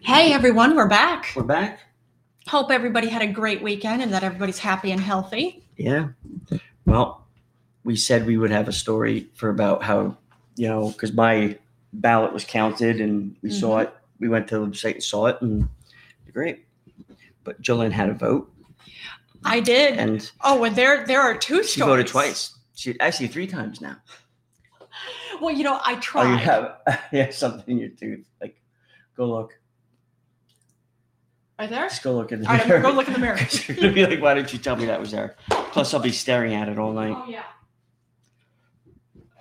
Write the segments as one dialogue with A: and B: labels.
A: Hey everyone, we're back.
B: We're back.
A: Hope everybody had a great weekend and that everybody's happy and healthy.
B: Yeah. Well, we said we would have a story for about how, you know, because my ballot was counted and we saw
A: Mm-hmm.
B: it. We went to the website and saw it and great. But Jolene had a vote
A: I did.
B: and
A: oh, and there there are two stories.
B: she voted twice. She actually three times now.
A: Well, you know, I
B: Oh, you
A: tried.
B: have you have something in your tooth. Like, go look.
A: Are there?
B: Just go look in the
A: All right, I'm
B: mirror.
A: gonna go look in the mirror.
B: 'Cause you're gonna be like, why didn't you tell me that was there? Plus, I'll be staring at it all night.
A: Oh yeah.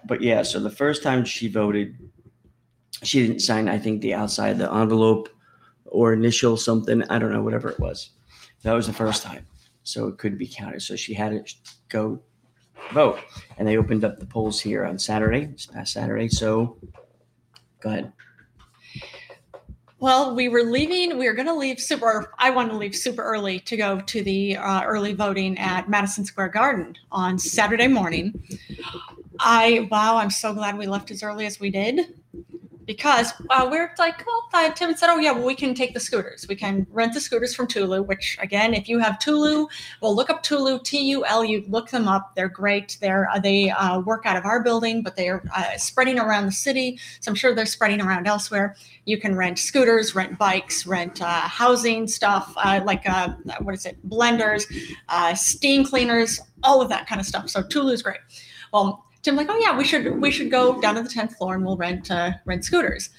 B: but yeah, so the first time she voted, she didn't sign, I think, the outside of the envelope or initial something. I don't know, whatever it was. That was the first time. So it could be counted. So she had it go vote. And they opened up the polls here on Saturday, this past Saturday. So go ahead.
A: Well, we were leaving. We were going to leave super. Or I wanted to leave super early to go to the uh, early voting at Madison Square Garden on Saturday morning. I wow! I'm so glad we left as early as we did because uh, we're like, well, uh, Tim said, oh yeah, well we can take the scooters. We can rent the scooters from Tulu. Which again, if you have Tulu, well look up Tulu T U L U. Look them up. They're great. They're uh, they uh, work out of our building, but they are uh, spreading around the city. So I'm sure they're spreading around elsewhere you can rent scooters, rent bikes, rent uh, housing stuff, uh, like uh, what is it, blenders, uh, steam cleaners, all of that kind of stuff. So Tulu's great. Well, Tim's like, oh yeah, we should we should go down to the tenth floor and we'll rent uh, rent scooters.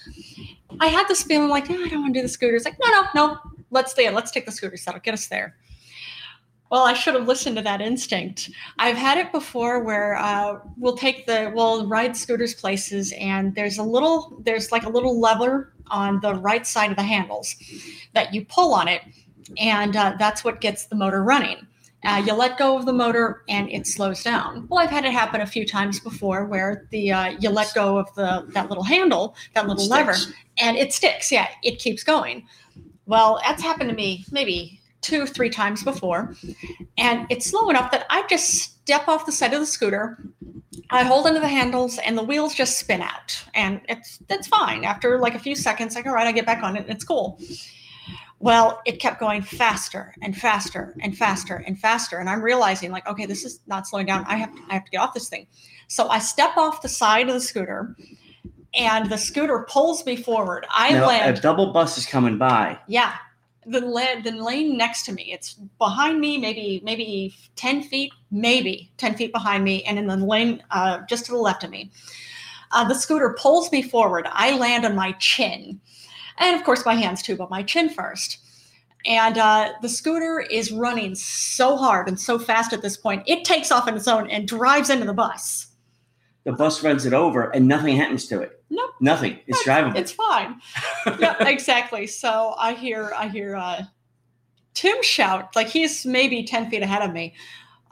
A: I had this feeling like, no, I don't want to do the scooters. Like, no, no, no, let's stay. Let's take the scooters. That'll get us there. Well, I should have listened to that instinct. I've had it before where uh, we'll take the we'll ride scooters places, and there's a little there's like a little lever on the right side of the handles that you pull on it, and uh, that's what gets the motor running. Uh, you let go of the motor and it slows down. Well, I've had it happen a few times before where the uh, you let go of the that little handle, that little lever,
B: Sticks.
A: and it sticks. Yeah, it keeps going. Well, that's happened to me maybe two, three times before. And it's slow enough that I just step off the side of the scooter. I hold onto the handles and the wheels just spin out. And it's that's fine. After like a few seconds, like, all right, I get back on it and it's cool. Well, it kept going faster and faster and faster and faster. And I'm realizing, like, okay, this is not slowing down. I have I have to get off this thing. So I step off the side of the scooter and the scooter pulls me forward. I
B: now,
A: land
B: a double bus is coming by.
A: yeah. The lane, the lane next to me. It's behind me, maybe maybe ten feet, maybe ten feet behind me, and in the lane uh, just to the left of me. Uh, the scooter pulls me forward. I land on my chin, and of course my hands too, but my chin first. And uh, the scooter is running so hard and so fast at this point, it takes off on its own and drives into the bus.
B: The bus runs it over and nothing happens to it.
A: Nope.
B: Nothing. It's drivable.
A: It's fine. yeah, exactly. So I hear I hear uh, Tim shout like he's maybe ten feet ahead of me.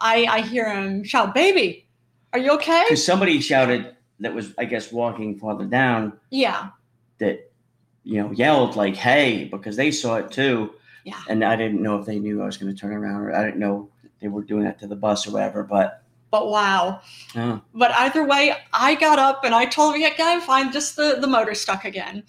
A: I I hear him shout, "Baby, are you okay?"
B: Because somebody shouted that was, I guess, walking farther down.
A: Yeah,
B: that you know yelled like hey because they saw it too
A: Yeah.
B: and i didn't know if they knew i was going to turn around or i didn't know they were doing that to the bus or whatever but
A: but wow.
B: oh,
A: But either way, I got up and I told him, "Yeah, I'm fine. Just the the motor stuck again."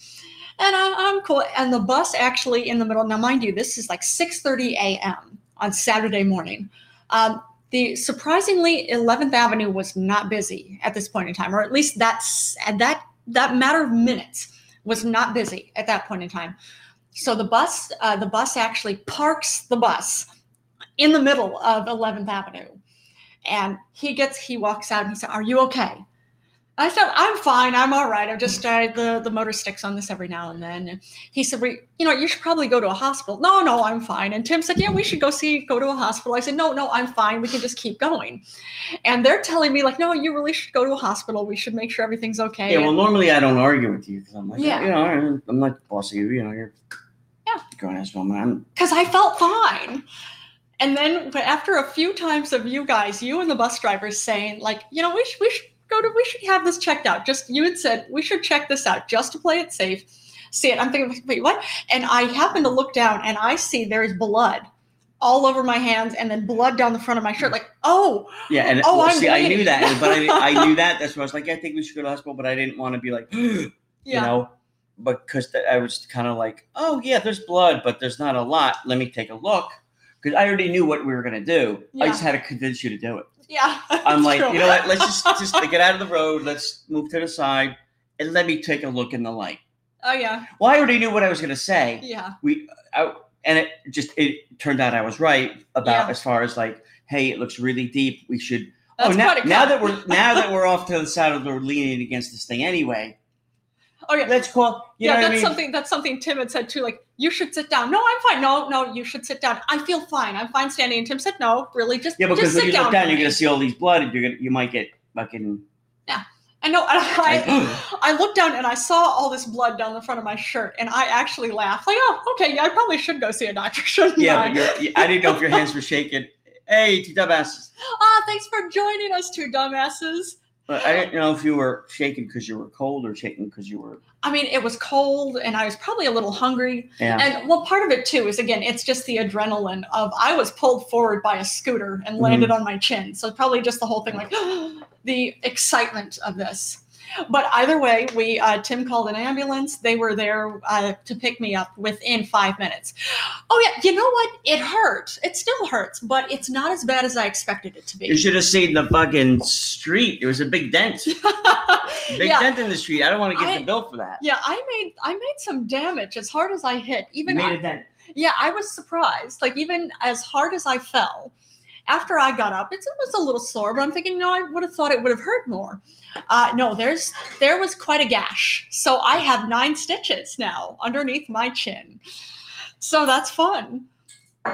A: And I, I'm cool. And the bus actually in the middle. Now, mind you, this is like 6:30 a.m. on Saturday morning. Um, the surprisingly 11th Avenue was not busy at this point in time, or at least that's at that that matter of minutes was not busy at that point in time. So the bus uh, the bus actually parks the bus in the middle of 11th Avenue, and he gets he walks out and he said, "Are you okay?" I said, "I'm fine. I'm all right. I've just uh, the the motor sticks on this every now and then." And he said, "We, you know, you should probably go to a hospital." No, no, I'm fine. And Tim said, "Yeah, we should go see go to a hospital." I said, "No, no, I'm fine. We can just keep going." And they're telling me like, "No, you really should go to a hospital. We should make sure everything's okay."
B: yeah well normally i don't argue with you because i'm like
A: Yeah.
B: you know I'm- i'm not the boss of you you know you're
A: Yeah.
B: grown ass woman i'm
A: because I felt fine. And then but after a few times of you guys, you and the bus drivers saying like, you know, we should, we should go to, we should have this checked out. Just you had said we should check this out just to play it safe. See it. I'm thinking, wait, what? And I happen to look down and I see there's blood all over my hands and then blood down the front of my shirt. Like, oh,
B: yeah and
A: Oh,
B: well,
A: I'm
B: see i knew
A: bleeding.
B: that but I, I knew that that's why i was like yeah, i think we should go to the hospital but i didn't want to be like you
A: yeah.
B: know because th- I was kind of like, oh yeah, there's blood, but there's not a lot. Let me take a look because I already knew what we were gonna do.
A: Yeah.
B: I just had to convince you to do it.
A: Yeah.
B: I'm like,
A: True.
B: you know what? Let's just just get out of the road. Let's move to the side and let me take a look in the light.
A: Oh yeah.
B: Well, I already knew what I was gonna say,
A: Yeah.
B: and it just it turned out I was right about
A: Yeah.
B: as far as like, hey, it looks really deep. We should
A: That's
B: oh, now,
A: quite a
B: now
A: cut.
B: that we're now that we're off to the side of the road leaning against this thing anyway,
A: Oh yeah.
B: let's call. You
A: yeah,
B: know
A: that's
B: what I mean?
A: something that's something Tim had said too. Like, you should sit down. No, I'm fine. No, no, you should sit down. I feel fine. I'm fine standing. And Tim said, No, really, just
B: yeah,
A: just
B: because
A: sit
B: when you
A: down.
B: look down,
A: for
B: you're
A: me."
B: gonna see all these blood, and you're gonna you might get fucking.
A: I know. and
B: Like,
A: I, I looked down and I saw all this blood down the front of my shirt, and I actually laughed. Like, oh, okay, yeah, I probably should go see a doctor, shouldn't
B: yeah,
A: I?
B: but you're, I didn't know if your hands were shaking. Hey, two dumbasses.
A: Ah, thanks for joining us, two dumbasses.
B: But I didn't know if you were shaking because you were cold or shaking because you were.
A: I mean, it was cold, and I was probably a little hungry.
B: Yeah.
A: And well, part of it too is again, it's just the adrenaline of I was pulled forward by a scooter and landed on my chin. So probably just the whole thing, like the excitement of this. But either way, we uh, Tim called an ambulance. They were there uh, to pick me up within five minutes. Oh yeah, you know what? It hurt. It still hurts, but it's not as bad as I expected it to
B: You
A: be.
B: should have seen the fucking street. There was a big dent. Big
A: yeah,
B: dent in the street. I don't want to get
A: I-
B: the bill for that.
A: yeah. I made I made some damage as hard as I hit.
B: You
A: Even
B: made a dent.
A: yeah, I was surprised. Like even as hard as I fell, after I got up, it's, it was a little sore, but I'm thinking, no, I would have thought it would have hurt more. Uh, no, there's there was quite a gash, so I have nine stitches now underneath my chin. So that's fun.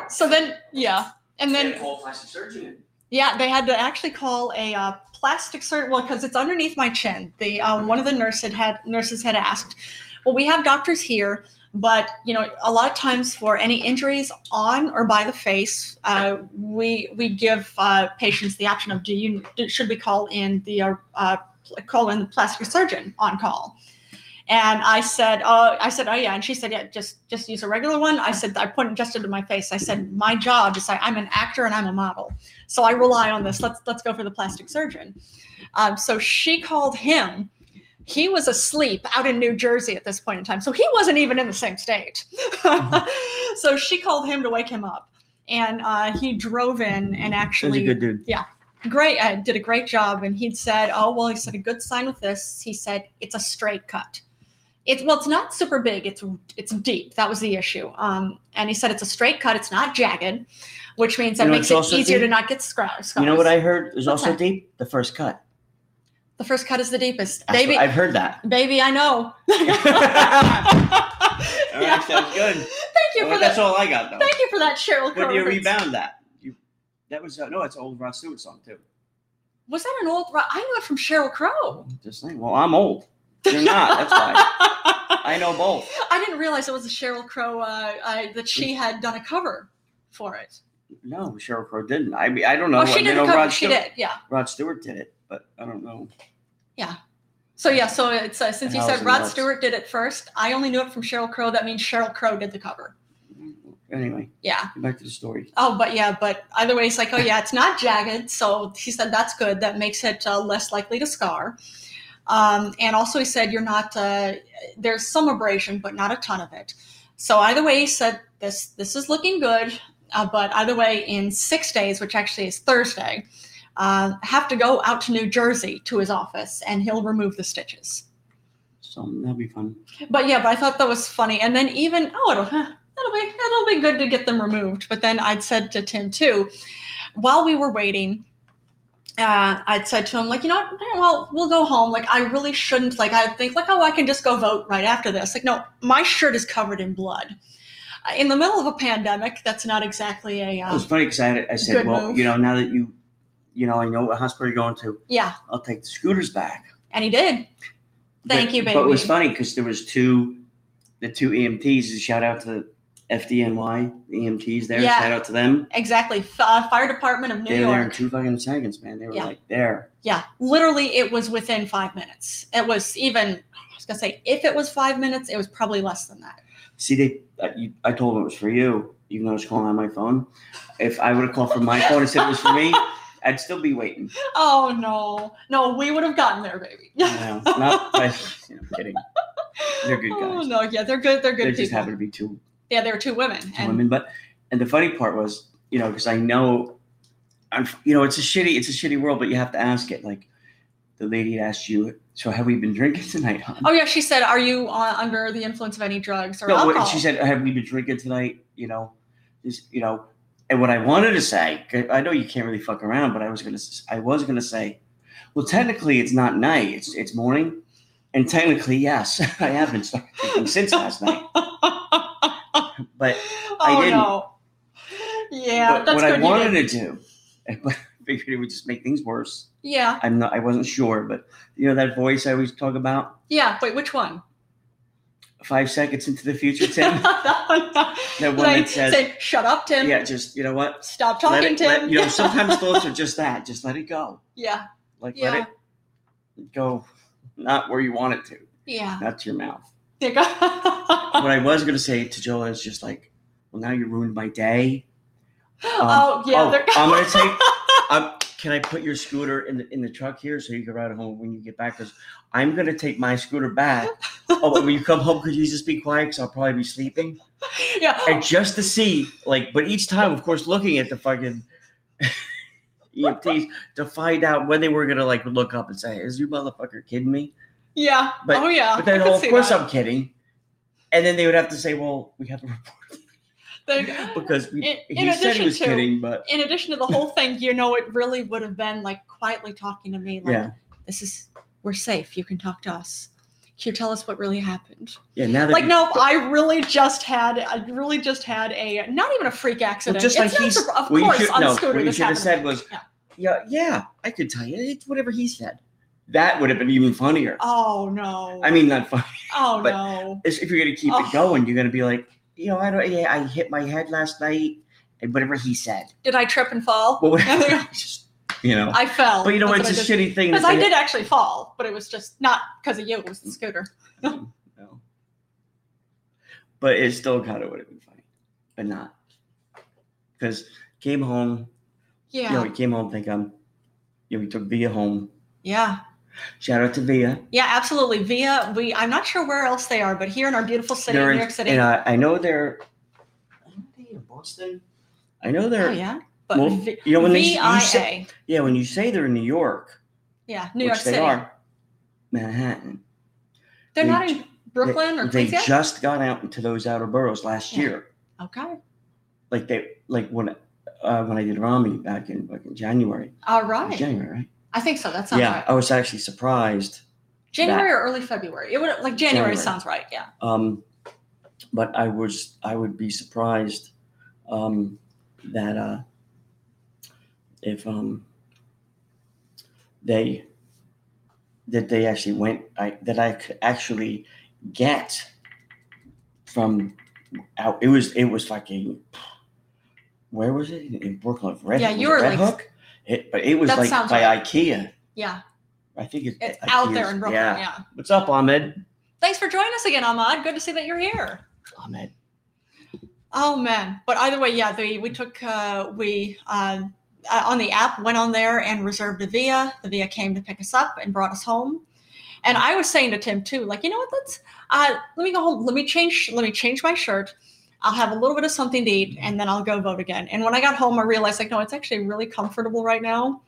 A: So then, yeah, and then
B: whole plastic surgeon.
A: yeah, they had to actually call a uh, plastic surgeon. Well, because it's underneath my chin. The um, one of the nurse had, had nurses had asked, "Well, we have doctors here, but you know, a lot of times for any injuries on or by the face, uh, we we give uh, patients the option of do you do, should we call in the uh, uh, call in the plastic surgeon on call." And I said, "Oh, I said, oh yeah." And she said, "Yeah, just just use a regular one." I said, "I pointed just into my face." I said, "My job is I, I'm an actor and I'm a model." so I rely on this. Let's let's go for the plastic surgeon. Um, so she called him. He was asleep out in New Jersey at this point in time, so he wasn't even in the same state.
B: Mm-hmm.
A: so she called him to wake him up, and uh, he drove in and
B: He was
A: actually
B: a good dude.
A: great uh, did a great job and he'd said oh well he said a good sign with this he said it's a straight cut it's well it's not super big it's it's deep that was the issue um and he said it's a straight cut it's not jagged which means that
B: You know,
A: makes
B: it's
A: it
B: also
A: easier to
B: deep.
A: not get scra- scars
B: You know what I heard was
A: What's
B: also
A: that?
B: deep? The first cut.
A: the first cut is the deepest
B: That's what-
A: baby
B: I've heard that.
A: baby i know
B: All right, sounds good.
A: thank you
B: Well,
A: for
B: that's
A: that
B: all I got though.
A: thank you for that cheryl
B: When you
A: Crow reference.
B: rebound that, you, that was uh, no, it's an old Rod Stewart song too.
A: was that an old i knew it from cheryl crow
B: Just saying. Well, I'm old. You're not. That's why
A: why
B: I know both.
A: I didn't realize it was a Cheryl Crow uh, I, that she
B: Mm.
A: had done a cover for it.
B: No, Cheryl Crow didn't. I mean, I don't
A: oh,
B: know. what-
A: she
B: you
A: did
B: know,
A: a cover.
B: Rod
A: She
B: Stewart,
A: did, yeah.
B: Rod Stewart did it, but I don't know.
A: So yeah, so it's uh, since you
B: Hours
A: said
B: and
A: Rod
B: hours.
A: Stewart did it first, I only knew it from Cheryl Crow. That means Cheryl Crow did the cover.
B: Anyway,
A: Yeah.
B: get back to the story.
A: Oh, but yeah, but either way, he's like, oh yeah, it's not jagged. So he said that's good. That makes it uh, less likely to scar. Um, and also, he said you're not uh, there's some abrasion, but not a ton of it. So either way, he said this this is looking good. Uh, but either way, in six days, which actually is Thursday, uh, have to go out to New Jersey to his office, and he'll remove the stitches.
B: So that'll be fun.
A: But yeah, but I thought that was funny. And then even oh, it'll huh, it'll be it'll be good to get them removed. But then I'd said to Tim too, while we were waiting, uh, I'd said to him like, you know, what, eh, well, we'll go home. Like I really shouldn't. Like I think like oh, I can just go vote right after this. Like no, my shirt is covered in blood. Uh, In the middle of a pandemic, that's not exactly a
B: It
A: uh,
B: was funny because I, had- I said,
A: Good
B: well,
A: move.
B: you know, now that you, you know, I know what hospital you're going to,
A: yeah.
B: I'll take the scooters back.
A: And he did. Thank
B: but,
A: you,
B: But it was
A: baby.
B: funny because there was two, the two E EMTs. and Shout out to the FDNY the EMTs there.
A: Yeah.
B: Shout out to them.
A: Exactly. F- uh, Fire Department of New
B: They were there in
A: York.
B: two fucking seconds, man. They were
A: Yeah.
B: like there.
A: Yeah, literally, it was within five minutes. It was even, I was gonna say, if it was five minutes, it was probably less than that.
B: See, they. I, you, I told them it was for you, even though I was calling on my phone. If I would have called from my phone and said it was for me, I'd still be waiting.
A: Oh no, no, we would have gotten there, baby.
B: You know, not, I, you know, I'm kidding. They're good
A: Oh,
B: guys.
A: no, yeah, they're good. They're
B: There
A: good
B: just
A: people.
B: happened to be two
A: yeah, there were two women.
B: to
A: and
B: women. But and the funny part was, you know, because I know, I'm, you know, it's a shitty, it's a shitty world, but you have to ask it. Like the lady asked you, so have we been drinking tonight? hon?"
A: Oh yeah, she said, "Are you uh, under the influence of any drugs or
B: No, what-
A: alcohol?"
B: she said, have we been drinking tonight? You know, is you know, and what I wanted to say, 'cause I know you can't really fuck around, but I was gonna, s- I was gonna say, well, technically it's not night, it's it's morning, and technically yes, I have been starting drinking since last night, but
A: oh
B: didn't.
A: no. Yeah,
B: but
A: that's
B: what
A: good.
B: I
A: you
B: wanted
A: didn't.
B: to do, but I figured it would just make things worse.
A: Yeah,
B: I'm not, I wasn't sure, but you know that voice I always talk about,
A: yeah. Wait, which one?
B: five seconds into the future, Tim.
A: that
B: that one
A: Like,
B: that says,
A: say, "Shut up, Tim.
B: yeah, just you know what,
A: Stop
B: Let
A: talking,
B: it-
A: Tim."
B: let- you know, sometimes thoughts are just that, just let it go,
A: yeah,
B: like
A: Yeah.
B: let it go, not where you want it to,
A: yeah.
B: not to your mouth.
A: There you go.
B: what I was gonna say to Joel is just like, well, now you ruined my day.
A: oh yeah,
B: oh,
A: they're
B: I'm gonna take. I'm, can I put your scooter in the in the truck here so you can ride home when you get back? Because I'm gonna take my scooter back. oh, but when you come home, could you just be quiet? Because I'll probably be sleeping.
A: yeah.
B: And just to see, like, but each time, of course, looking at the fucking EMTs to find out when they were gonna like look up and say, "Is you motherfucker kidding me?"
A: yeah.
B: but-
A: oh yeah.
B: But then,
A: I could
B: oh, of
A: see
B: course,
A: that.
B: I'm kidding. And then they would have to say, "Well, we have to report
A: There you go.
B: because we,
A: In- in
B: he said he
A: addition
B: was
A: to-
B: kidding." But
A: in addition to the whole thing, you know, it really would have been like quietly talking to me, like,
B: Yeah.
A: this is, we're safe. You can talk to us. Can you tell us what really happened?
B: yeah, now that
A: Like,
B: you-
A: no, I really just had, I really just had a, not even a freak accident.
B: Well, just like
A: it's not,
B: he's,
A: sur- of
B: what you
A: course,
B: should-
A: on
B: no,
A: a scooter,
B: what you
A: this
B: should have
A: happened.
B: said was,
A: Yeah.
B: yeah, yeah, I could tell you. It's whatever he said. That would have been even funnier.
A: oh, no.
B: I mean, not funny.
A: oh,
B: but-
A: no.
B: It's- If you're gonna keep
A: Oh.
B: it going, you're gonna be like, you know, I don't. Yeah, I hit my head last night, and whatever he said.
A: Did I trip and fall?
B: Well, whatever, just, you know.
A: I fell.
B: But you know, it's a shitty thing.
A: Because
B: that
A: I
B: they-
A: did actually fall, but it was just not because of you. It was the scooter.
B: No. But it still kind of would have been funny, but not because came home.
A: Yeah.
B: You know, we came home. Thank God. You know, we took Via home.
A: yeah.
B: Shout out to Via.
A: Yeah, absolutely. Via, we I'm not sure where else they are, but here in our beautiful city,
B: They're
A: of
B: in-
A: New York City.
B: And I, I know they're. Aren't they in Boston? I know they're.
A: oh yeah, but
B: well,
A: v-
B: you know when they, you
A: VIA,
B: say, yeah, when you say they're in New York,
A: yeah, New
B: which
A: York
B: they
A: City.
B: are, Manhattan.
A: They're
B: They
A: not
B: ju-
A: in Brooklyn
B: they,
A: or
B: they
A: Queens yet.
B: just got out into those outer boroughs last
A: Yeah.
B: year.
A: okay,
B: Like they, like when, uh, when I did Rami back in back in January,
A: all
B: It was
A: right.
B: January, right?
A: I think so. That sounds
B: yeah,
A: right.
B: I was actually surprised.
A: January or early February. It would like January,
B: January.
A: sounds right. Yeah.
B: Um, but I was I would be surprised um, that uh, if um, they that they actually went I, that I could actually get from out it was it was fucking where was it in, Brooklyn Red
A: Yeah,
B: was
A: you
B: it
A: were
B: Red
A: like-
B: Hook it, but it was
A: That
B: like
A: sounds
B: by
A: right.
B: IKEA
A: Yeah,
B: I think it's,
A: it's out there
B: IKEA's-
A: in Brooklyn. Yeah.
B: yeah what's up Ahmed
A: Thanks for joining us again, Ahmad. Good to see that you're here.
B: Ahmed
A: Oh man! But either way, yeah, they, we took uh, we uh, uh, on the app went on there and reserved a via. The via came to pick us up and brought us home. And I was saying to Tim too, like you know what? Let's uh, let me go home. Let me change. Let me change my shirt. I'll have a little bit of something to eat, and then I'll go vote again. And when I got home, I realized like no, it's actually really comfortable right now.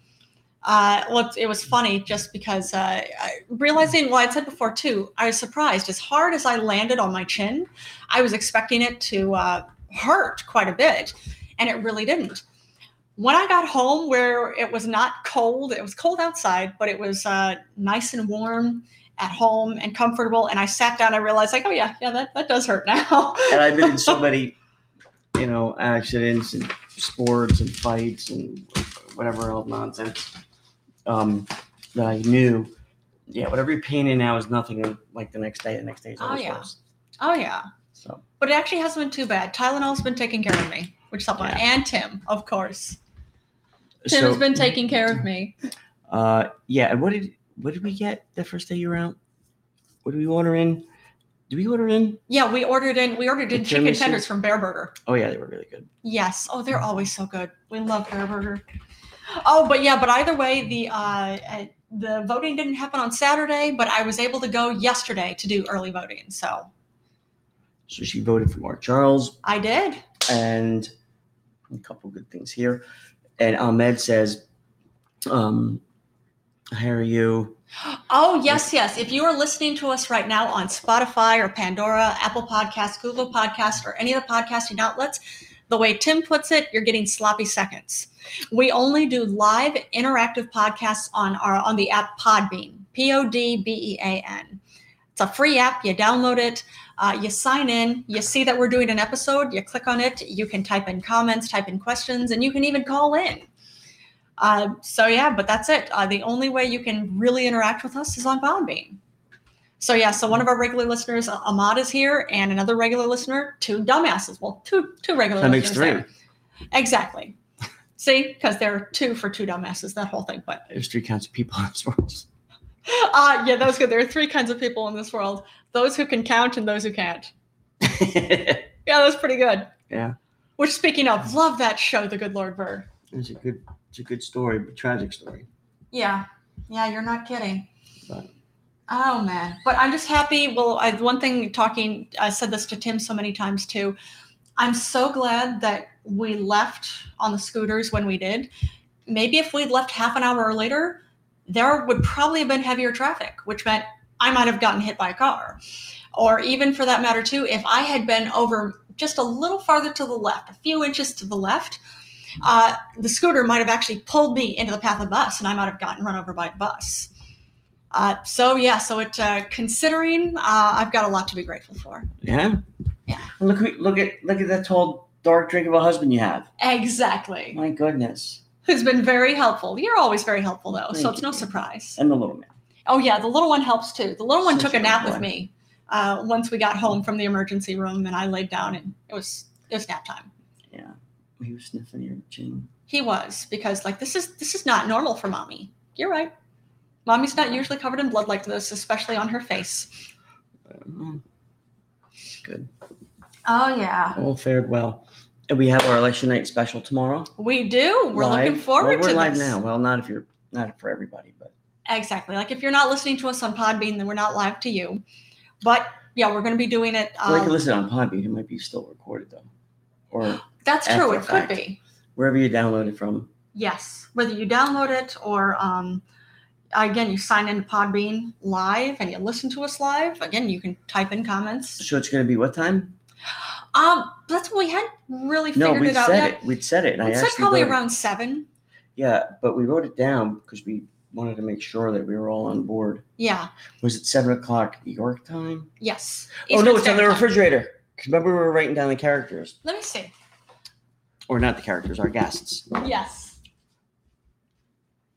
A: Uh, well, it was funny just because uh, I- realizing what I'd said before too. I was surprised. As hard as I landed on my chin, I was expecting it to uh, hurt quite a bit, and it really didn't. When I got home, where it was not cold, it was cold outside, but it was uh, nice and warm at home and comfortable. And I sat down, I realized, like, oh yeah, yeah, that, that does hurt now.
B: and I've been in so many, you know, accidents and sports and fights and whatever else nonsense um, that I knew. Yeah, whatever you're painting now is nothing like the next day. The next day is
A: Oh,
B: always
A: yeah.
B: worse.
A: oh yeah,
B: So
A: but it actually hasn't been too bad. Tylenol's been taking care of me, which is helpful,
B: Yeah.
A: and Tim, of course. Tim
B: so,
A: has been taking care of me.
B: uh, yeah. And what did what did we get the first day you were out? What did we order in? Did we order in?
A: Yeah, we ordered in we ordered in
B: The
A: chicken
B: tiramisu?
A: tenders from Bear Burger.
B: Oh yeah, they were really good.
A: Yes. Oh, they're always so good. We love their burger. Oh, but yeah, but either way, the uh, uh, the voting didn't happen on Saturday, but I was able to go yesterday to do early voting. So
B: So she voted for Mark Charles,
A: I did.
B: and a couple good things here. And Ahmed says, um, "How are you?"
A: Oh, yes, yes. If you are listening to us right now on Spotify or Pandora, Apple Podcasts, Google Podcasts, or any of the podcasting outlets, the way Tim puts it, you're getting sloppy seconds. We only do live interactive podcasts on our on the app Podbean, P O D B E A N. It's a free app. You download it, uh, you sign in, you see that we're doing an episode, you click on it, you can type in comments, type in questions, and you can even call in. Uh, so yeah, but that's it. Uh, the only way you can really interact with us is on Podbean. So yeah, so one of our regular listeners, uh, Ahmad, is here, and another regular listener, two dumbasses. Well, two two regular.
B: That makes
A: listeners
B: three.
A: there. Exactly. See, because there are two for two dumbasses. That whole thing, but
B: There's three kinds of people in this world.
A: uh, yeah, that was good. There are three kinds of people in this world: those who can count and those who can't.
B: it
A: Yeah, that's pretty good.
B: Yeah.
A: Which, speaking of, love that show, The Good Lord Burr.
B: was a good, it's a good story, but tragic story.
A: Yeah, yeah, you're not kidding.
B: But-
A: Oh man, but I'm just happy. Well, I, one thing talking, I said this to Tim so many times too. I'm so glad that we left on the scooters when we did. Maybe if we'd left half an hour later, there would probably have been heavier traffic, which meant I might have gotten hit by a car. Or even for that matter, too, if I had been over just a little farther to the left, a few inches to the left, uh, the scooter might have actually pulled me into the path of the bus and I might have gotten run over by a bus. Uh, so, yeah, so it, uh, considering, uh, I've got a lot to be grateful for.
B: Yeah.
A: Yeah.
B: Look, who- look at look at that tall, dark drink of a husband you have.
A: Exactly.
B: My goodness.
A: Who's been very helpful. You're always very helpful, though,
B: Thank
A: so it's
B: you.
A: no surprise.
B: And the little man.
A: Oh yeah, the little one helps too. The little one
B: Such
A: took
B: a
A: a
B: good
A: nap with
B: boy.
A: me uh, once we got home from the emergency room, and I laid down, and it was it was nap time.
B: Yeah. He was sniffing your chin.
A: He was because like this is this is not normal for mommy. You're right. Mommy's not usually covered in blood like this, especially on her face.
B: Mm. Good.
A: Oh yeah,
B: All fared well. And we have our election night special tomorrow.
A: we do. We're
B: live.
A: looking forward
B: well, we're
A: to
B: live
A: this.
B: now. Well, not if you're not for everybody, but
A: Exactly. Like if you're not listening to us on Podbean, then we're not live to you. But yeah, we're going to be doing it.
B: well, you can
A: Um,
B: listen on Podbean. It might be still recorded though, or
A: that's
B: after
A: true.
B: the
A: It could
B: fact.
A: be.
B: wherever you download it from.
A: Yes, whether you download it or um, again you sign into Podbean live and you listen to us live. Again, you can type in comments.
B: So it's going to be what time?
A: Um, that's what we had really
B: No,
A: figured
B: we
A: it out
B: said
A: yet.
B: it. We'd said it, and I
A: We said
B: actually
A: probably
B: wrote it.
A: around seven.
B: Yeah, but we wrote it down because we wanted to make sure that we were all on board.
A: Yeah.
B: Was it seven o'clock York time?
A: Yes.
B: oh
A: Eastern
B: no, it's on the
A: Standard Time.
B: refrigerator. 'Cause remember, we were writing down the characters,
A: Let me see.
B: or not the characters, our guests,
A: Yes.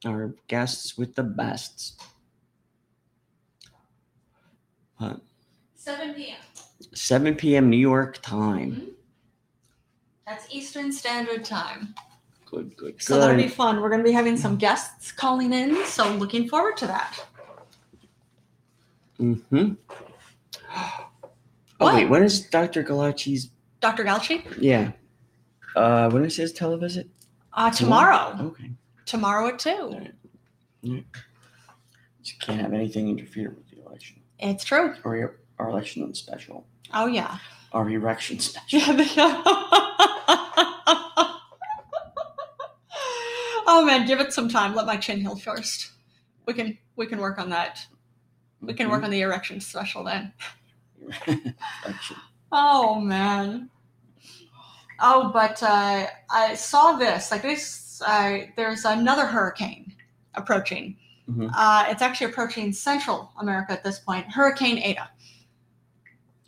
B: our guests with the bests.
A: Seven p.m.
B: Seven p.m. New York time.
A: That's Eastern Standard Time.
B: Good, good, good.
A: So that'll be fun. We're going to be having some guests calling in, so looking forward to that.
B: Mm-hmm. Oh wait, when is Dr. Galachi's?
A: Dr. Galchi,
B: Yeah. Uh, when is his televisit?
A: uh,
B: Tomorrow.
A: tomorrow,
B: Okay.
A: tomorrow at two.
B: So can't have anything interfere with the election
A: It's true.
B: or your, our election special,
A: Oh yeah.
B: our erection special.
A: Yeah. they- oh man, give it some time. Let my chin heal first. We can we can work on that. We can
B: Mm-hmm.
A: work on the erection special then.
B: on election.
A: Oh man. Oh, but uh, I saw this. Like this, uh, there's another hurricane approaching.
B: Mhm.
A: Uh, it's actually approaching Central America at this point. Hurricane Ada.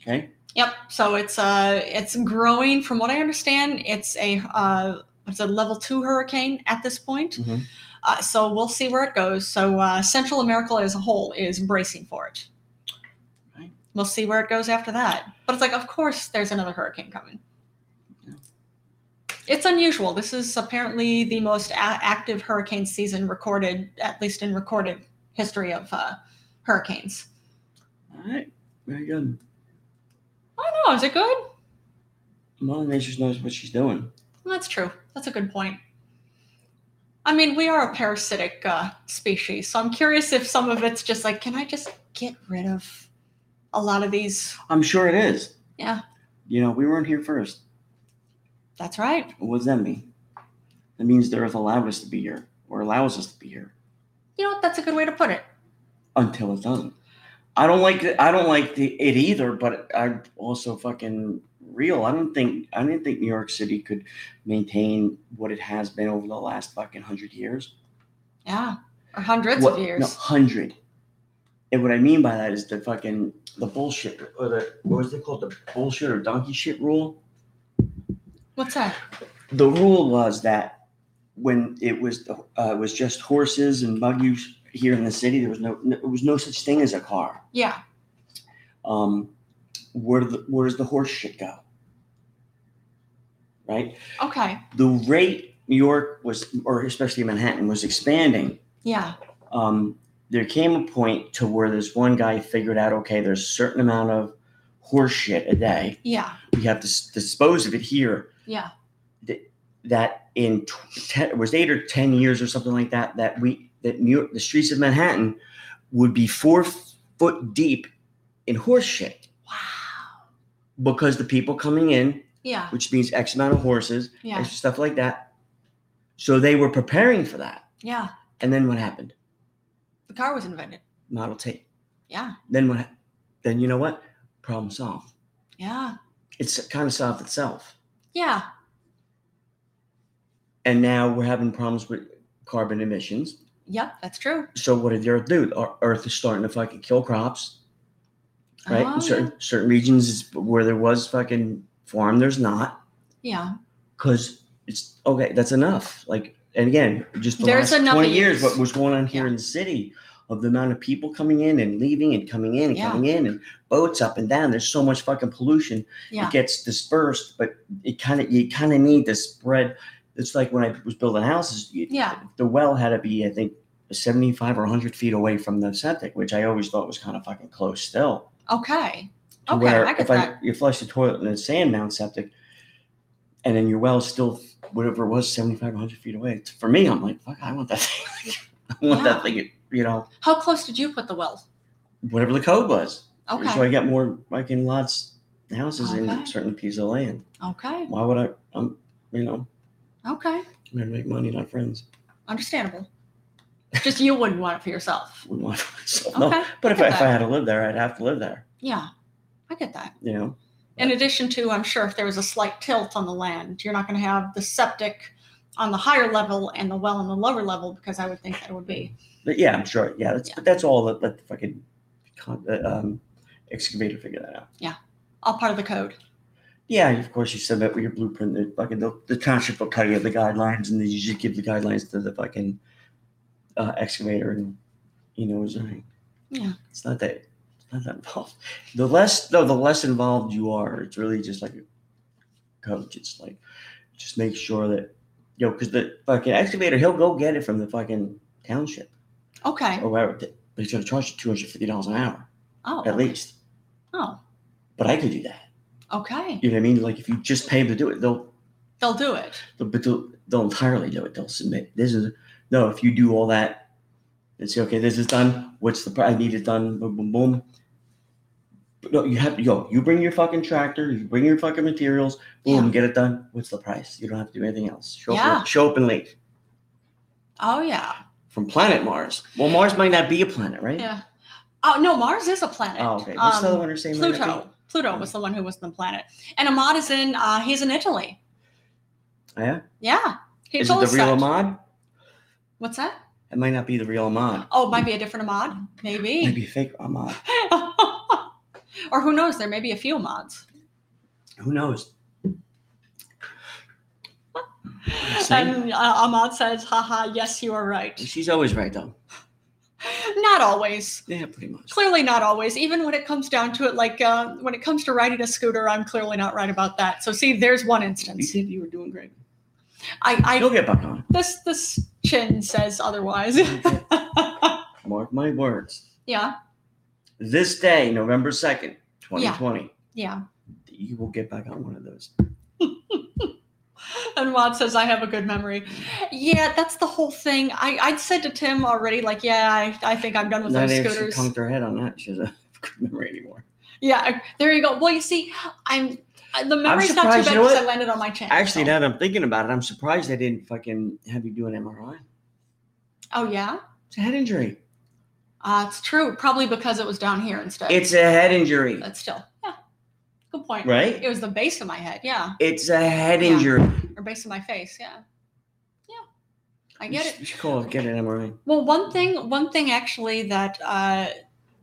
B: Okay.
A: Yep. So it's uh it's growing. From what I understand, it's a uh it's a level two hurricane at this point.
B: Mhm.
A: Uh, so we'll see where it goes. So uh, Central America as a whole is bracing for it.
B: Right.
A: We'll see where it goes after that. But it's like, of course, there's another hurricane coming.
B: Yeah.
A: It's unusual. This is apparently the most a- active hurricane season recorded, at least in recorded history of uh, hurricanes.
B: All right. Very good.
A: I don't know. Is it good?
B: Mother Nature knows what she's doing.
A: That's true. That's a good point. I mean, we are a parasitic uh, species, so I'm curious if some of it's just like, can I just get rid of a lot of these?
B: I'm sure it is.
A: Yeah.
B: You know, we weren't here first.
A: That's right.
B: What does that mean? That means the earth allowed us to be here or allows us to be here
A: You know what? That's a good way to put it.
B: until it doesn't. I don't like I don't like the, it either, but I also fucking real. I don't think I didn't think New York City could maintain what it has been over the last fucking hundred years.
A: Yeah. Or hundreds
B: What-
A: of
B: no,
A: years.
B: hundred. And what I mean by that is the fucking the bullshit or the what was it called the bullshit or donkey shit rule.
A: What's that?
B: the rule was that when it was uh, it was just horses and buggies here in the city, there was no, no there was no such thing as a car.
A: Yeah.
B: Um, where do the, where does the horse shit go? Right,
A: Okay.
B: the rate New York was, or especially Manhattan, was expanding.
A: Yeah.
B: Um, there came a point to where this one guy figured out, okay, there's a certain amount of horse shit a day.
A: Yeah.
B: We have to s- dispose of it here.
A: Yeah.
B: that in tw- ten, it was eight or ten years or something like that that we that New York, the streets of Manhattan would be four f- foot deep in horse shit
A: Wow.
B: because the people coming in,
A: Yeah.
B: which means X amount of horses
A: Yeah.
B: and stuff like that, so they were preparing for that.
A: Yeah.
B: And then what happened?
A: The car was invented.
B: Model T.
A: Yeah.
B: Then what? hap- Then you know what? Problem solved.
A: Yeah.
B: It's kind of solved itself.
A: Yeah.
B: And now we're having problems with carbon emissions.
A: Yep. That's true.
B: So what did the Earth do? The Earth is starting to fucking kill crops. right?
A: Oh,
B: in certain certain regions is where there was fucking farm, there's not
A: yeah.
B: because it's okay. That's enough. Like, and again, just the
A: There's
B: last
A: enough
B: twenty
A: of
B: years,
A: these.
B: what was going on here in the city of the amount of people coming in and leaving and coming in and
A: Yeah.
B: coming in and boats up and down. There's so much fucking pollution.
A: Yeah.
B: It gets dispersed, but it kind of you kind of need to spread. It's like when I was building houses, you,
A: Yeah.
B: the well had to be, I think. 75 or 100 feet away from the septic, which I always thought was kind of fucking close still
A: Yeah. Okay.
B: to
A: Okay.
B: where
A: I get
B: if
A: that.
B: I you flush the toilet in a sand mound septic, and then your well's still whatever it was 7,500 feet away. It's- For me, I'm like, fuck, I want that thing. I want
A: Yeah.
B: that thing. You know,
A: How close did you put the well?
B: whatever the code was. So
A: Okay.
B: I got more fucking lots, houses
A: Okay.
B: in certain pieces of land.
A: Okay.
B: Why would I? I'm, you know,
A: Okay.
B: I'm gonna make money, not friends.
A: Understandable. Just you wouldn't want it for yourself.
B: Wouldn't want it for myself.
A: Okay.
B: No. But if I,
A: get
B: if I
A: that.
B: had to live there, I'd have to live there.
A: Yeah. I get that.
B: You know,
A: In addition to, I'm sure if there was a slight tilt on the land, you're not going to have the septic on the higher level and the well on the lower level because I would think that would be.
B: but yeah, I'm sure. Yeah, that's
A: Yeah.
B: but that's all that let the fucking con- uh, um, excavator figure that out.
A: all part of the code.
B: Yeah, of course you said that with your blueprint. The fucking the, the township will tell you the guidelines, and then you just give the guidelines to the fucking uh, excavator, and you know it's like
A: Yeah.
B: it's not that it's not that involved. The less no, the less involved you are, it's really just like a coach. It's like just make sure that you know because the fucking excavator he'll go get it from the fucking township
A: Okay.
B: or whatever, but he's gonna charge you two hundred fifty dollars an hour
A: Oh.
B: at least.
A: Oh.
B: But I could do that.
A: Okay.
B: You know what I mean? Like if you just pay him to do it, they'll
A: They'll do it.
B: They'll- but they'll, they'll entirely do it. They'll submit. This is no. If you do all that and say, okay, this is done. What's the pr- I need it done? Boom, boom, boom. But no, you have to go. You bring your fucking tractor. You bring your fucking materials. Boom,
A: Yeah.
B: get it done. What's the price? You don't have to do anything else. Show
A: Yeah.
B: up. and- Show up and leave
A: Oh yeah.
B: from planet Mars. Well, Mars might not be a planet, right?
A: Yeah. Oh no, Mars is a planet.
B: Oh, okay. What's the other
A: Um,
B: one you're saying? might not
A: Pluto. Pluto was the one who was the planet. And Ahmad is in. Uh, he's in Italy.
B: be? Oh, Yeah.
A: Yeah. He
B: Is it
A: told
B: the
A: us
B: real
A: that.
B: Ahmad?
A: What's that?
B: It might not be the real Ahmad.
A: Oh, it might be a different Ahmad. Maybe.
B: Maybe fake Ahmad.
A: or who knows? There may be a few Ahmads.
B: Who knows? See?
A: And uh, Ahmad says, haha, yes, you are right.
B: She's always right though.
A: Not always.
B: Yeah, pretty much.
A: clearly not always even when it comes down to it like uh, when it comes to riding a scooter i'm clearly not right about that so see there's one
B: You
A: instance
B: said you were doing great.
A: i i
B: You'll get back on.
A: this this chin says otherwise
B: Mark my words.
A: yeah
B: This day, November 2nd, 2020,
A: yeah
B: you will get back on one of those.
A: And Rod says, I have a good memory. Yeah, that's the whole thing. I, I'd said to Tim already, like, yeah, I, I think I'm done with
B: Not
A: those
B: if she
A: scooters.
B: conked her head on that. She doesn't have good memory anymore.
A: Yeah, I- there you go. Well, you see, I'm I- the memory's not too
B: surprised.
A: bad
B: You know
A: because I
B: what?
A: landed on my chin.
B: Actually,
A: so-
B: now that I'm thinking about it, I'm surprised they didn't fucking have you do an MRI.
A: Oh, yeah?
B: It's a head injury.
A: Uh, it's true. Probably because it was down here instead.
B: It's a head injury,
A: But still, yeah. Good point.
B: right?
A: It was the base of my head, yeah.
B: It's a head
A: Yeah.
B: injury.
A: Or base of my face, yeah. Yeah. I get it.
B: You should call it get an MRI.
A: Well, one thing, one thing actually that uh, I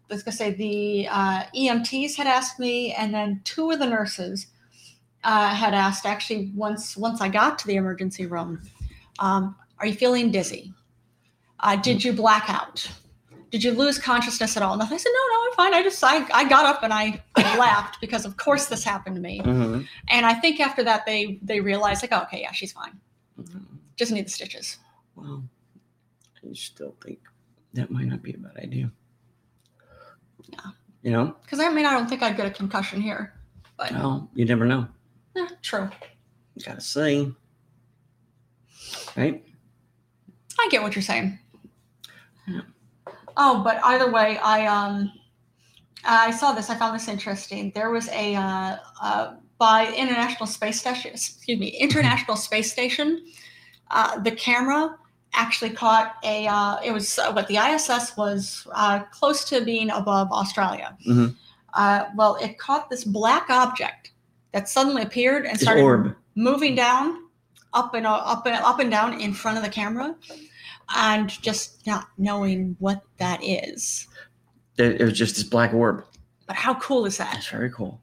A: was gonna say the uh, EMTs had asked me, and then two of the nurses uh, had asked actually once once I got to the emergency room, um, "Are you feeling dizzy? Uh, did you black out? Did you lose consciousness at all?" And I said, "No, no, I'm fine. I just I, I got up and I, I laughed because of course this happened to me."
B: Mhm.
A: And I think after that they they realized like, oh, "Okay, yeah, she's fine. Just need the stitches."
B: Well, I still think that might not be a bad idea.
A: Yeah.
B: You know?
A: Because I mean, I don't think I'd get a concussion here. But
B: Well, you never know.
A: eh, true.
B: You gotta see. Right?
A: I get what you're saying.
B: Yeah.
A: Oh, but either way, I um, I saw this. I found this interesting. There was a uh, uh, by International Space Station. Excuse me, International Space Station. Uh, the camera actually caught a. Uh, it was uh, what the ISS was uh, close to being above Australia.
B: Mhm.
A: Uh, well, it caught this black object that suddenly appeared and
B: It's
A: started
B: orb.
A: moving down, up and up and up and down in front of the camera, and just not knowing what that is.
B: There- It was just this black orb.
A: But how cool is that?
B: That's very cool.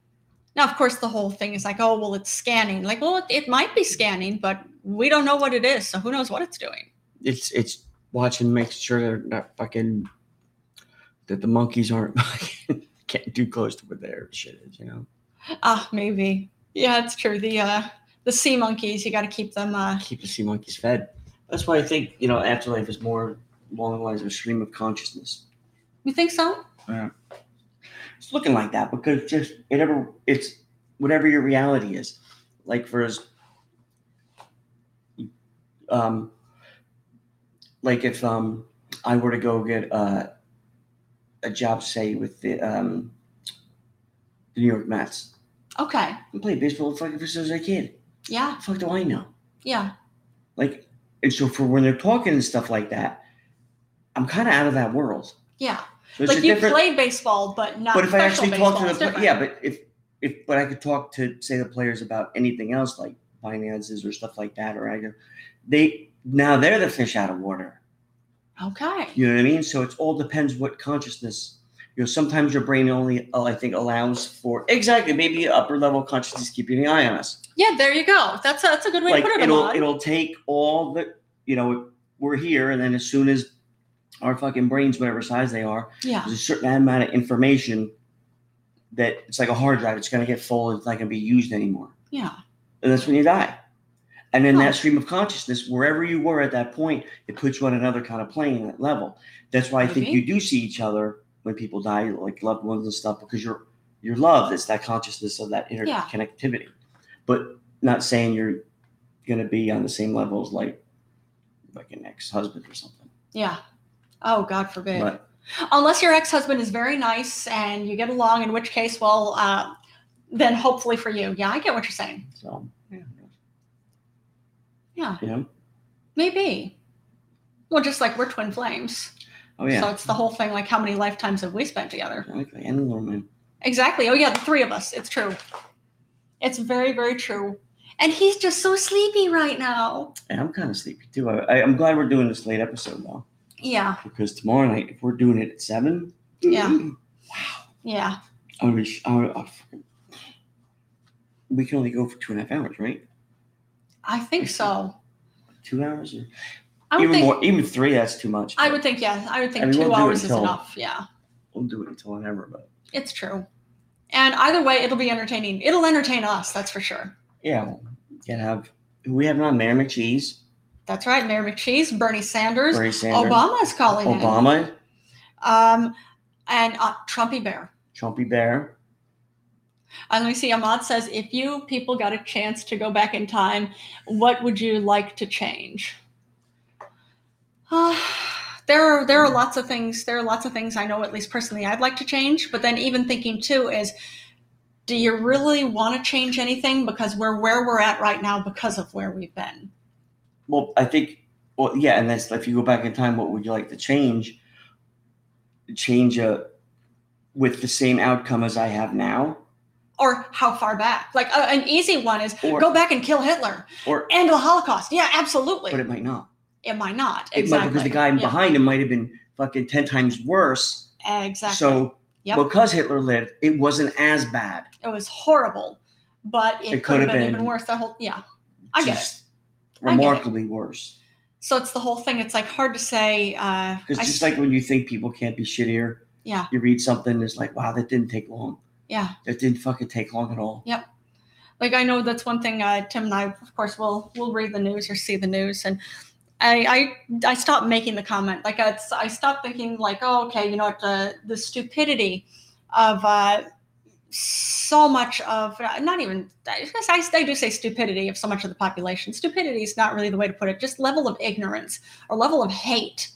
A: Now, of course, the whole thing is like, oh, well, it's scanning. Like, well, it, it might be scanning, but we don't know what it is, so who knows what it's doing?
B: It's it's watching, making sure they're not fucking that the monkeys aren't fucking can't do close to what their shit is, you know.
A: Ah, maybe. Yeah, it's true. The uh, the sea monkeys, you got to keep them. Uh,
B: Keep the sea monkeys fed. That's why I think, you know, afterlife is more along the lines of a stream of consciousness.
A: you think so?
B: it's looking like that because just whatever it's whatever your reality is like for as um like if um i were to go get uh a job say with the um the new york mets
A: Okay.
B: i played baseball fucking since I was a kid
A: Yeah.
B: the fuck do i know
A: Yeah.
B: like and so for when they're talking and stuff like that i'm kind of out of that world
A: Yeah.
B: so it's
A: like
B: a
A: you
B: different
A: played baseball, but not.
B: but if I
A: professional
B: actually talk
A: baseball,
B: to
A: it's
B: the pla-
A: different.
B: yeah, but if if but I could talk to say the players about anything else like finances or stuff like that, or I go, they now they're the fish out of water.
A: Okay.
B: You know what I mean? So it's all depends what consciousness. You know, sometimes your brain only uh, I think allows for exactly maybe upper level consciousness keeping an eye on us.
A: Yeah, there you go. That's a, that's a good way
B: like
A: to put it.
B: it'll
A: Ahmad.
B: it'll take all the you know we're here, and then as soon as our fucking brains, whatever size they are,
A: yeah,
B: there's a certain amount of information that it's like a hard drive. It's going to get full. It's not going to be used anymore.
A: yeah,
B: And that's when you die. And then
A: Huh.
B: that stream of consciousness, wherever you were at that point, it puts you on another kind of plane, that level. That's why I think
A: Maybe.
B: you do see each other when people die, like loved ones and stuff, because you're you're loved. It's that consciousness of that
A: Yeah.
B: interconnectivity. But not saying you're going to be on the same level as like like an ex husband or something.
A: yeah. Oh, God forbid.
B: But
A: Unless your ex husband is very nice and you get along, in which case, well, uh, then hopefully for you. Yeah, I get what you're saying.
B: so yeah,
A: Yeah,
B: you know.
A: maybe. Well, just like we're twin flames.
B: Oh yeah.
A: So it's the whole thing like, how many lifetimes have we spent together?
B: Exactly, and the little man.
A: Exactly. Oh, yeah, the three of us. It's true. It's very, very true. And he's just so sleepy right now.
B: And I'm kind of sleepy too. I, I, I'm glad we're doing this late episode though,
A: Yeah,
B: because tomorrow night, if we're doing it at seven,
A: Yeah.
B: I'm
A: yeah.
B: gonna be. sh- I'm, gonna- I'm, we can only go for two and a half hours, right?
A: I think so.
B: Two hours, or
A: I would
B: even
A: think
B: more, even three. That's too much.
A: I
B: but
A: would think yeah. I would think
B: I mean,
A: 2
B: we'll do it
A: hours is
B: until-
A: enough. Yeah,
B: We'll do it until whenever, but
A: it's true. And either way, it'll be entertaining. It'll entertain us, that's for sure.
B: yeah, we'll get have. We have not Mayor McCheese,
A: That's right. Mayor McCheese, Bernie Sanders,
B: Bernie Sanders,
A: Obama is calling in.
B: Obama,
A: um, and uh, Trumpy Bear.
B: Trumpy Bear.
A: And let me see, Ahmad says, if you people got a chance to go back in time, what would you like to change? Uh, there are there are lots of things. There are lots of things I know, at least personally, I'd like to change. But then even thinking too is, do you really want to change anything? Because we're where we're at right now because of where we've been.
B: Well, I think, well, yeah, and that's if you go back in time, what would you like to change? Change a with the same outcome as I have now,
A: Or how far back? Like a, an easy one is
B: Or-
A: go back and kill Hitler,
B: or
A: end the Holocaust. Yeah, absolutely.
B: but it might not.
A: It might not.
B: It might
A: Exactly.
B: because the guy
A: Yeah.
B: behind him might have been fucking ten times worse.
A: Exactly.
B: So
A: Yep.
B: because Hitler lived, it wasn't as bad.
A: it was horrible, but it,
B: It
A: could have
B: could've
A: been,
B: been-
A: even worse. The whole yeah, I get it.
B: just
A: I get it.
B: remarkably worse.
A: So it's the whole thing. It's like hard to say. Uh,
B: Because
A: I
B: just
A: s-
B: like when you think people can't be shittier,
A: Yeah.
B: you read something it's like, wow, that didn't take long.
A: yeah,
B: That didn't fucking take long at all.
A: like I know that's one thing. Uh, Tim and I, of course, will will read the news or see the news, and I I, I stopped making the comment. Like I, I stopped thinking like, oh, okay, you know what, the the stupidity of. Uh, so much of uh, not even I, guess I, I do say stupidity of so much of the population stupidity is not really the way to put it just level of ignorance or level of hate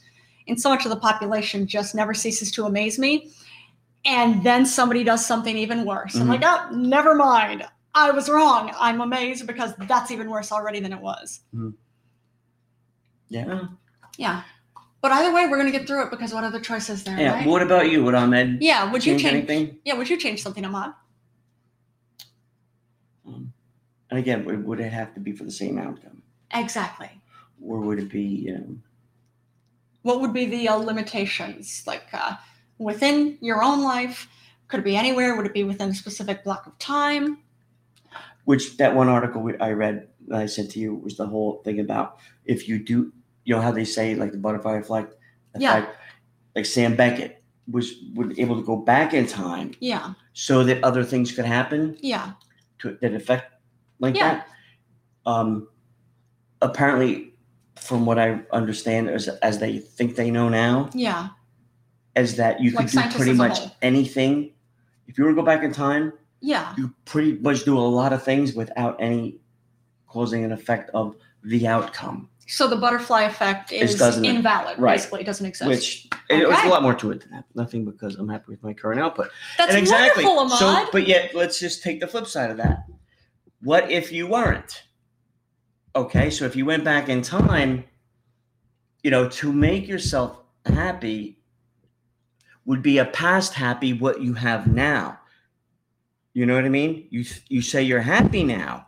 A: in so much of the population just never ceases to amaze me and then somebody does something even worse i'm
B: Mhm.
A: like oh never mind i was wrong i'm amazed because that's even worse already than it was
B: Yeah.
A: yeah but either way we're going to get through it because what other choice is there
B: Yeah.
A: right?
B: What about you? Would Ahmed
A: yeah would
B: change,
A: you change
B: anything?
A: yeah would you change something ahmad
B: Um, and again, would would it have to be for the same outcome?
A: exactly
B: Or would it be, um,
A: what would be the uh, limitations like uh, within your own life could it be anywhere would it be within a specific block of time
B: which that one article we- I read that I sent to you was the whole thing about if you do, you know how they say like the butterfly effect,
A: Yeah.
B: effect? like Sam Beckett was would able to go back in time
A: yeah
B: so that other things could happen
A: yeah
B: to that affect like
A: Yeah.
B: that. Um, apparently, from what I understand, as as they think they know now,
A: yeah
B: is that you
A: Like
B: could do
A: scientists
B: pretty
A: as a
B: much
A: whole.
B: anything. If you were to go back in time,
A: yeah
B: you pretty much do a lot of things without any causing an effect of the outcome,
A: so the butterfly effect is
B: doesn't-
A: invalid
B: right.
A: basically it doesn't exist
B: which it was
A: Okay.
B: a lot more to it than that. Nothing because I'm happy with my current output.
A: that's
B: and exactly.
A: wonderful ahmad
B: So, but yet, let's just take the flip side of that. What if you weren't? Okay, so if you went back in time, you know, to make yourself happy would be a past happy what you have now. You know what I mean? You you say you're happy now.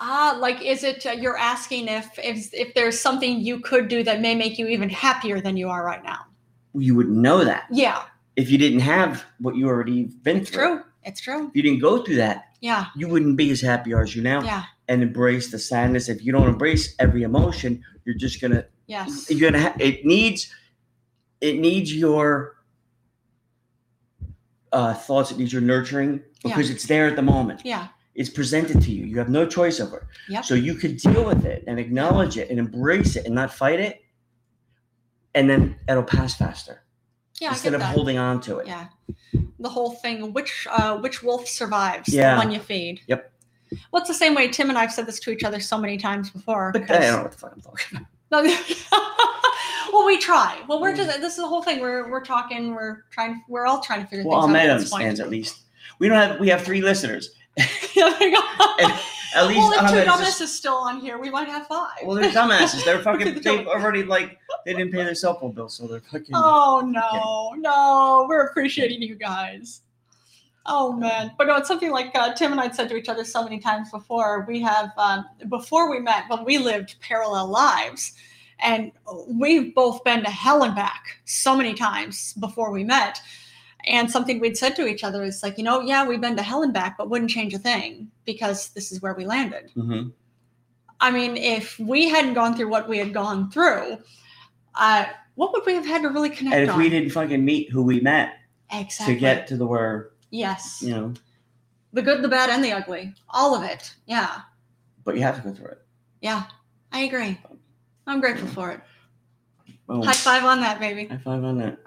A: ah like is it uh, you're asking if, if if there's something you could do that may make you even happier than you are right now
B: You would know that
A: yeah
B: if you didn't have what you already been
A: it's
B: through.
A: true it's true
B: If you didn't go through that,
A: yeah
B: you wouldn't be as happy as you now.
A: yeah
B: and embrace the sadness. If you don't embrace every emotion, you're just gonna
A: yes
B: you're gonna ha- it needs it needs your uh, thoughts. It needs your nurturing because it's there at the moment.
A: yeah
B: It's presented to you. You have no choice over. it.
A: Yep.
B: So you could deal with it and acknowledge it and embrace it and not fight it, and then it'll pass faster
A: yeah
B: instead
A: I get
B: of
A: that.
B: holding on to it.
A: Yeah. The whole thing, which uh, which wolf survives?
B: Yeah.
A: The one you feed.
B: Yep.
A: Well, it's the same way Tim and I've said this to each other so many times before.
B: But uh, I
A: because-
B: don't know what the fuck I'm talking about.
A: No, well, we try. Well,
B: Mm.
A: we're just this is the whole thing. We're we're talking. We're trying. We're all trying to figure
B: Well,
A: things out.
B: Ahmed
A: at this point.
B: understands at least. We don't have. We have three listeners.
A: Yeah, there you go.
B: At least
A: well, if two
B: Ahmed uh, is
A: dumbasses
B: a
A: is still on here, we might have five.
B: Well, they're dumbasses. They're fucking.
A: Look at the
B: They've already like they didn't pay their cell phone bill, so they're fucking.
A: Oh no, no, we're appreciating you guys. Oh man, but no, it's something like uh, Tim and I said to each other so many times before. We have um, before we met, when we lived parallel lives, and we've both been to hell and back so many times before we met. And something we'd said to each other is like, you know, yeah, we've been to hell and back, but wouldn't change a thing because this is where we landed.
B: Mhm.
A: I mean, if we hadn't gone through what we had gone through, uh, what would we have had to really connect
B: And if
A: on?
B: we didn't fucking meet who we met
A: exactly.
B: to get to the where
A: yes,
B: you know,
A: the good, the bad, and the ugly, all of it. Yeah,
B: but you have to go through it.
A: yeah, I agree. I'm grateful for it.
B: Boom.
A: High five on that, baby.
B: High five on that.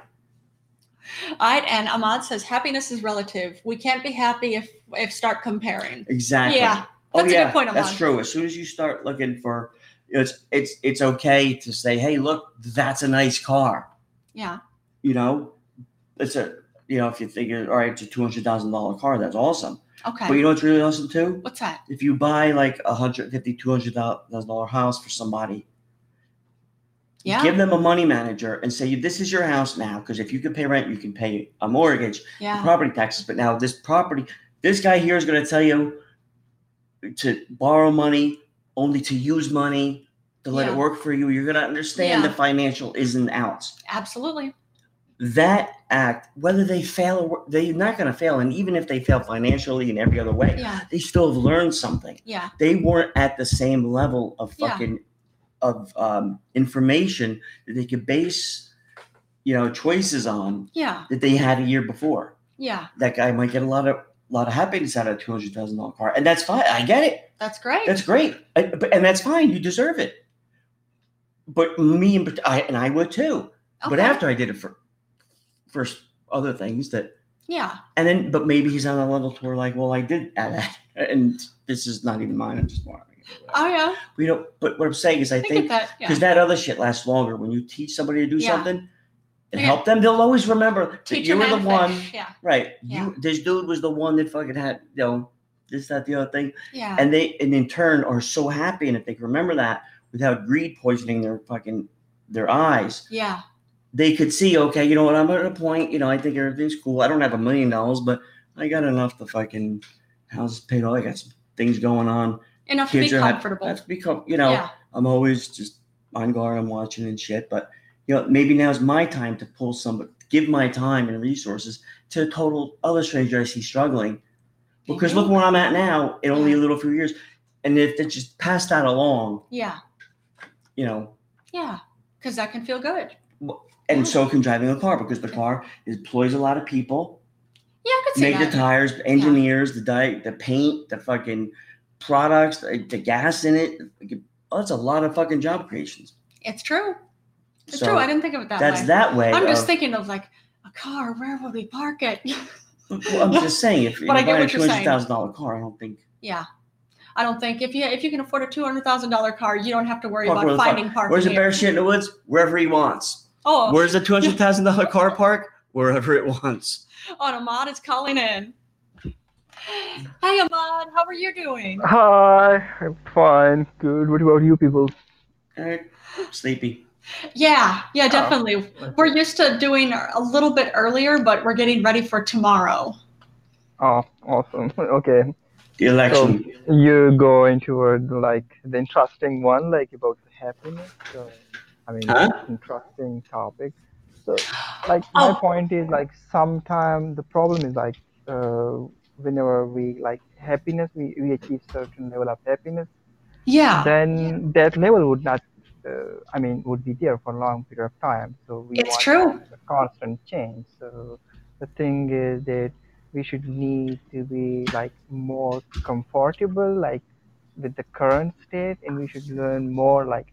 A: All right, and Ahmad says happiness is relative. We can't be happy if if start comparing.
B: Exactly.
A: Yeah,
B: Oh,
A: that's a good
B: yeah,
A: point,
B: That's
A: Amon.
B: true. As soon as you start looking for, you know, it's it's it's okay to say, hey, look, that's a nice car.
A: yeah,
B: You know, it's a you know, if you figure, all right, it's a two hundred thousand dollar car, that's awesome.
A: okay.
B: But you know what's really awesome too?
A: What's that?
B: If you buy like a hundred fifty, two hundred thousand dollar house for somebody,
A: Yeah,
B: give them a money manager and say, this is your house now, because if you can pay rent, you can pay a mortgage.
A: yeah,
B: property taxes. But now this property, this guy here is going to tell you to borrow money, only to use money, to let
A: Yeah.
B: it work for you. You're going to understand
A: Yeah.
B: the financial is and outs.
A: absolutely.
B: That act, whether they fail or they're not going to fail, and even if they fail financially in every other way,
A: Yeah,
B: they still have learned something.
A: yeah,
B: They weren't at the same level of
A: Yeah.
B: fucking of um, information that they could base, you know, choices on
A: yeah,
B: that they had a year before
A: yeah.
B: that guy might get a lot of lot of happiness out of a two hundred thousand dollar car, and that's fine. I get it.
A: That's great.
B: That's great, I- but- and that's fine. You deserve it. But me and I and I would too. But
A: Okay.
B: after I did it for first other things that,
A: yeah,
B: and then but maybe he's on a level to where like, well, I did add that, and this is not even mine. I'm just borrowing it.
A: oh yeah,
B: We don't. But what I'm saying is, I
A: I get
B: think
A: that. Yeah,
B: because that other shit lasts longer when you teach somebody to do
A: Yeah.
B: something. And
A: Yeah.
B: help them. They'll always remember that
A: Teach
B: you
A: a
B: were the
A: man to
B: one
A: fish. Yeah,
B: Right.
A: Yeah.
B: You this dude was the one that fucking had, you know, this, that, the other thing.
A: yeah,
B: And they and in turn are so happy and if they can remember that without greed poisoning their fucking their eyes,
A: yeah,
B: they could see, okay, you know what, I'm at a point, you know, I think everything's cool. I don't have a million dollars, but I got enough to fucking house is paid off. I got some things going on.
A: enough to be
B: are happy.
A: comfortable.
B: That's become you know,
A: yeah,
B: I'm always just on guard, I'm watching and shit. But you know, maybe now's my time to pull some, give my time and resources to a total other stranger I see struggling. Because
A: Mhm.
B: look where I'm at now in only a little few years. And if they just pass that along,
A: yeah,
B: you know,
A: yeah, because that can feel good.
B: and so can driving a car because the car employs a lot of people,
A: Yeah, I could see
B: make the
A: that.
B: tires, engineers, the diet, the paint, the fucking products, the, the gas in it. oh, That's a lot of fucking job creations.
A: It's true. It's
B: so
A: true. I didn't think of it that
B: that's
A: way.
B: that way.
A: I'm just
B: of-
A: thinking of like a car. Where would we park it?
B: Well, I'm just saying, if you're
A: But I
B: buying
A: get
B: a
A: what
B: two
A: you're
B: hundred
A: saying.
B: thousand dollar car, I don't think
A: yeah, I don't think if you if you can afford a two hundred thousand dollar car, you don't have to worry
B: Park where
A: about
B: the fuck-
A: finding parking.
B: where's a
A: here.
B: bear shit in the woods? Wherever he wants.
A: Oh,
B: Where's the two hundred thousand dollar car park? Wherever it wants.
A: on oh, Ahmad is calling in. Hi, Ahmad. How are you doing?
C: Hi, I'm fine, good. What about you people?
B: All right, sleepy.
A: Yeah, yeah, definitely. We're used to doing a little bit earlier, but we're getting ready for tomorrow.
C: Oh, awesome. Okay,
B: The election.
C: you're going toward like the interesting one, like about happiness. So, I mean,
B: Huh?
C: interesting topic. So, like, my
A: Oh.
C: point is like sometimes the problem is like uh, whenever we like happiness, we we achieve certain level of happiness.
A: Yeah,
C: then that level would not uh, i mean would be there for a long period of time so we
A: It's
C: want
A: true.
C: a constant change so the thing is that we should need to be like more comfortable like with the current state and we should learn more like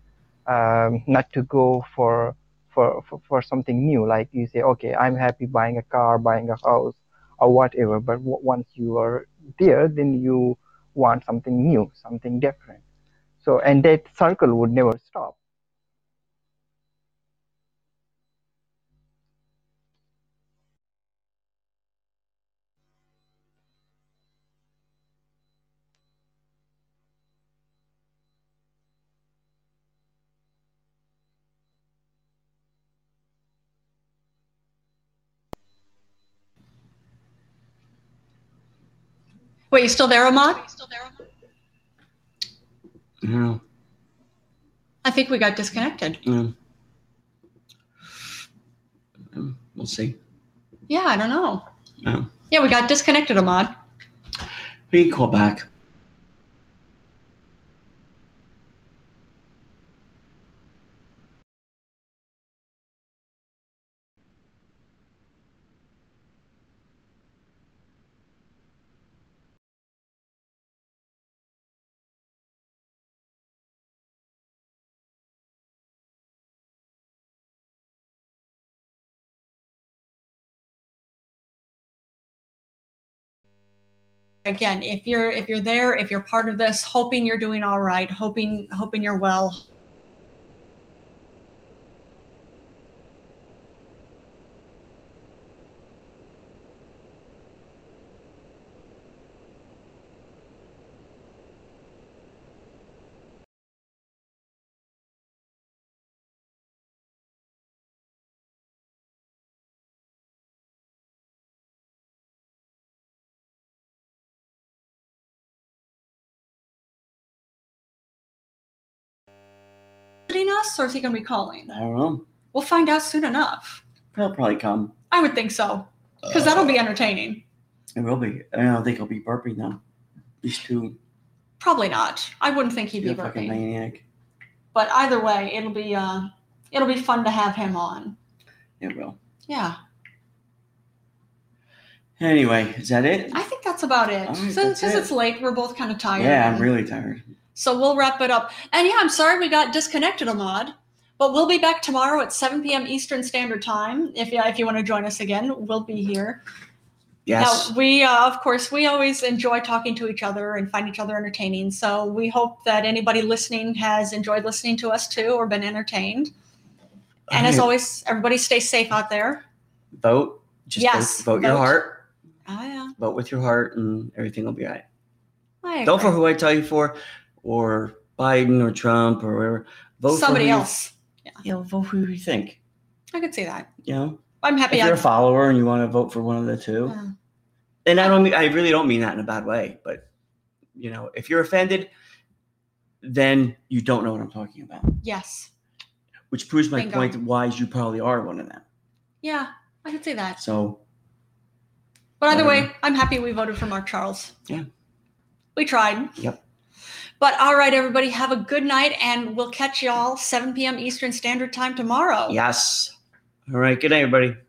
C: um, not to go for, for for for something new like you say okay i'm happy buying a car buying a house or whatever but w- once you are there then you want something new something different so and that circle would never stop
A: Wait, you still there, Ahmad?
B: No,
A: I think we got disconnected.
B: no. Mm, We'll see.
A: Yeah, I don't know.
B: No.
A: Yeah, we got disconnected, Ahmad.
B: We can call back.
A: again, if you're if you're there, if you're part of this, hoping you're doing all right, hoping hoping you're well, visiting us, or is he going to be calling?
B: I don't know.
A: We'll find out soon enough.
B: He'll probably come.
A: I would think so, because that'll be entertaining.
B: It will be. I don't think he'll be burping though. He's too
A: Probably not. I wouldn't think he'd
B: he's
A: be
B: a fucking
A: burping.
B: maniac.
A: But either way, it'll be uh, it'll be fun to have him on.
B: It will.
A: Yeah,
B: Anyway, is that it?
A: I think that's about it.
B: All right,
A: Since
B: that's
A: since
B: it.
A: it's late, we're both kind of tired.
B: Yeah, I'm
A: and-
B: really tired.
A: So we'll wrap it up. And yeah, I'm sorry we got disconnected, Ahmad. But we'll be back tomorrow at 7 p.m. Eastern Standard Time. If yeah, if you want to join us again, we'll be here.
B: Yes.
A: Now we, uh, of course, we always enjoy talking to each other and find each other entertaining. So we hope that anybody listening has enjoyed listening to us too, or been entertained. And as
B: Alright,
A: always, everybody stay safe out there.
B: vote. Just
A: Yes,
B: vote, vote your
A: vote.
B: heart.
A: Ah, yeah,
B: Vote with your heart, and everything will be all right.
A: I
B: Don't
A: agree.
B: vote for who I tell you for, or Biden or Trump or whatever. Vote
A: somebody
B: for who
A: else.
B: You, yeah, vote who you think.
A: I could see that.
B: You know,
A: I'm happy.
B: if
A: I,
B: you're a follower and you want to vote for one of the two,
A: Uh, Yeah.
B: and I don't, mean, I really don't mean that in a bad way, but you know, if you're offended, then you don't know what I'm talking about,
A: yes.
B: which proves my
A: Bingo.
B: point. Why you probably are one of them.
A: Yeah, I could see that.
B: So
A: But either way,
B: Whatever.
A: I'm happy we voted for Mark Charles.
B: Yeah.
A: We tried.
B: Yep.
A: But all right, everybody, have a good night, and we'll catch y'all 7 p.m. Eastern Standard Time tomorrow.
B: yes, all right. Good night, everybody.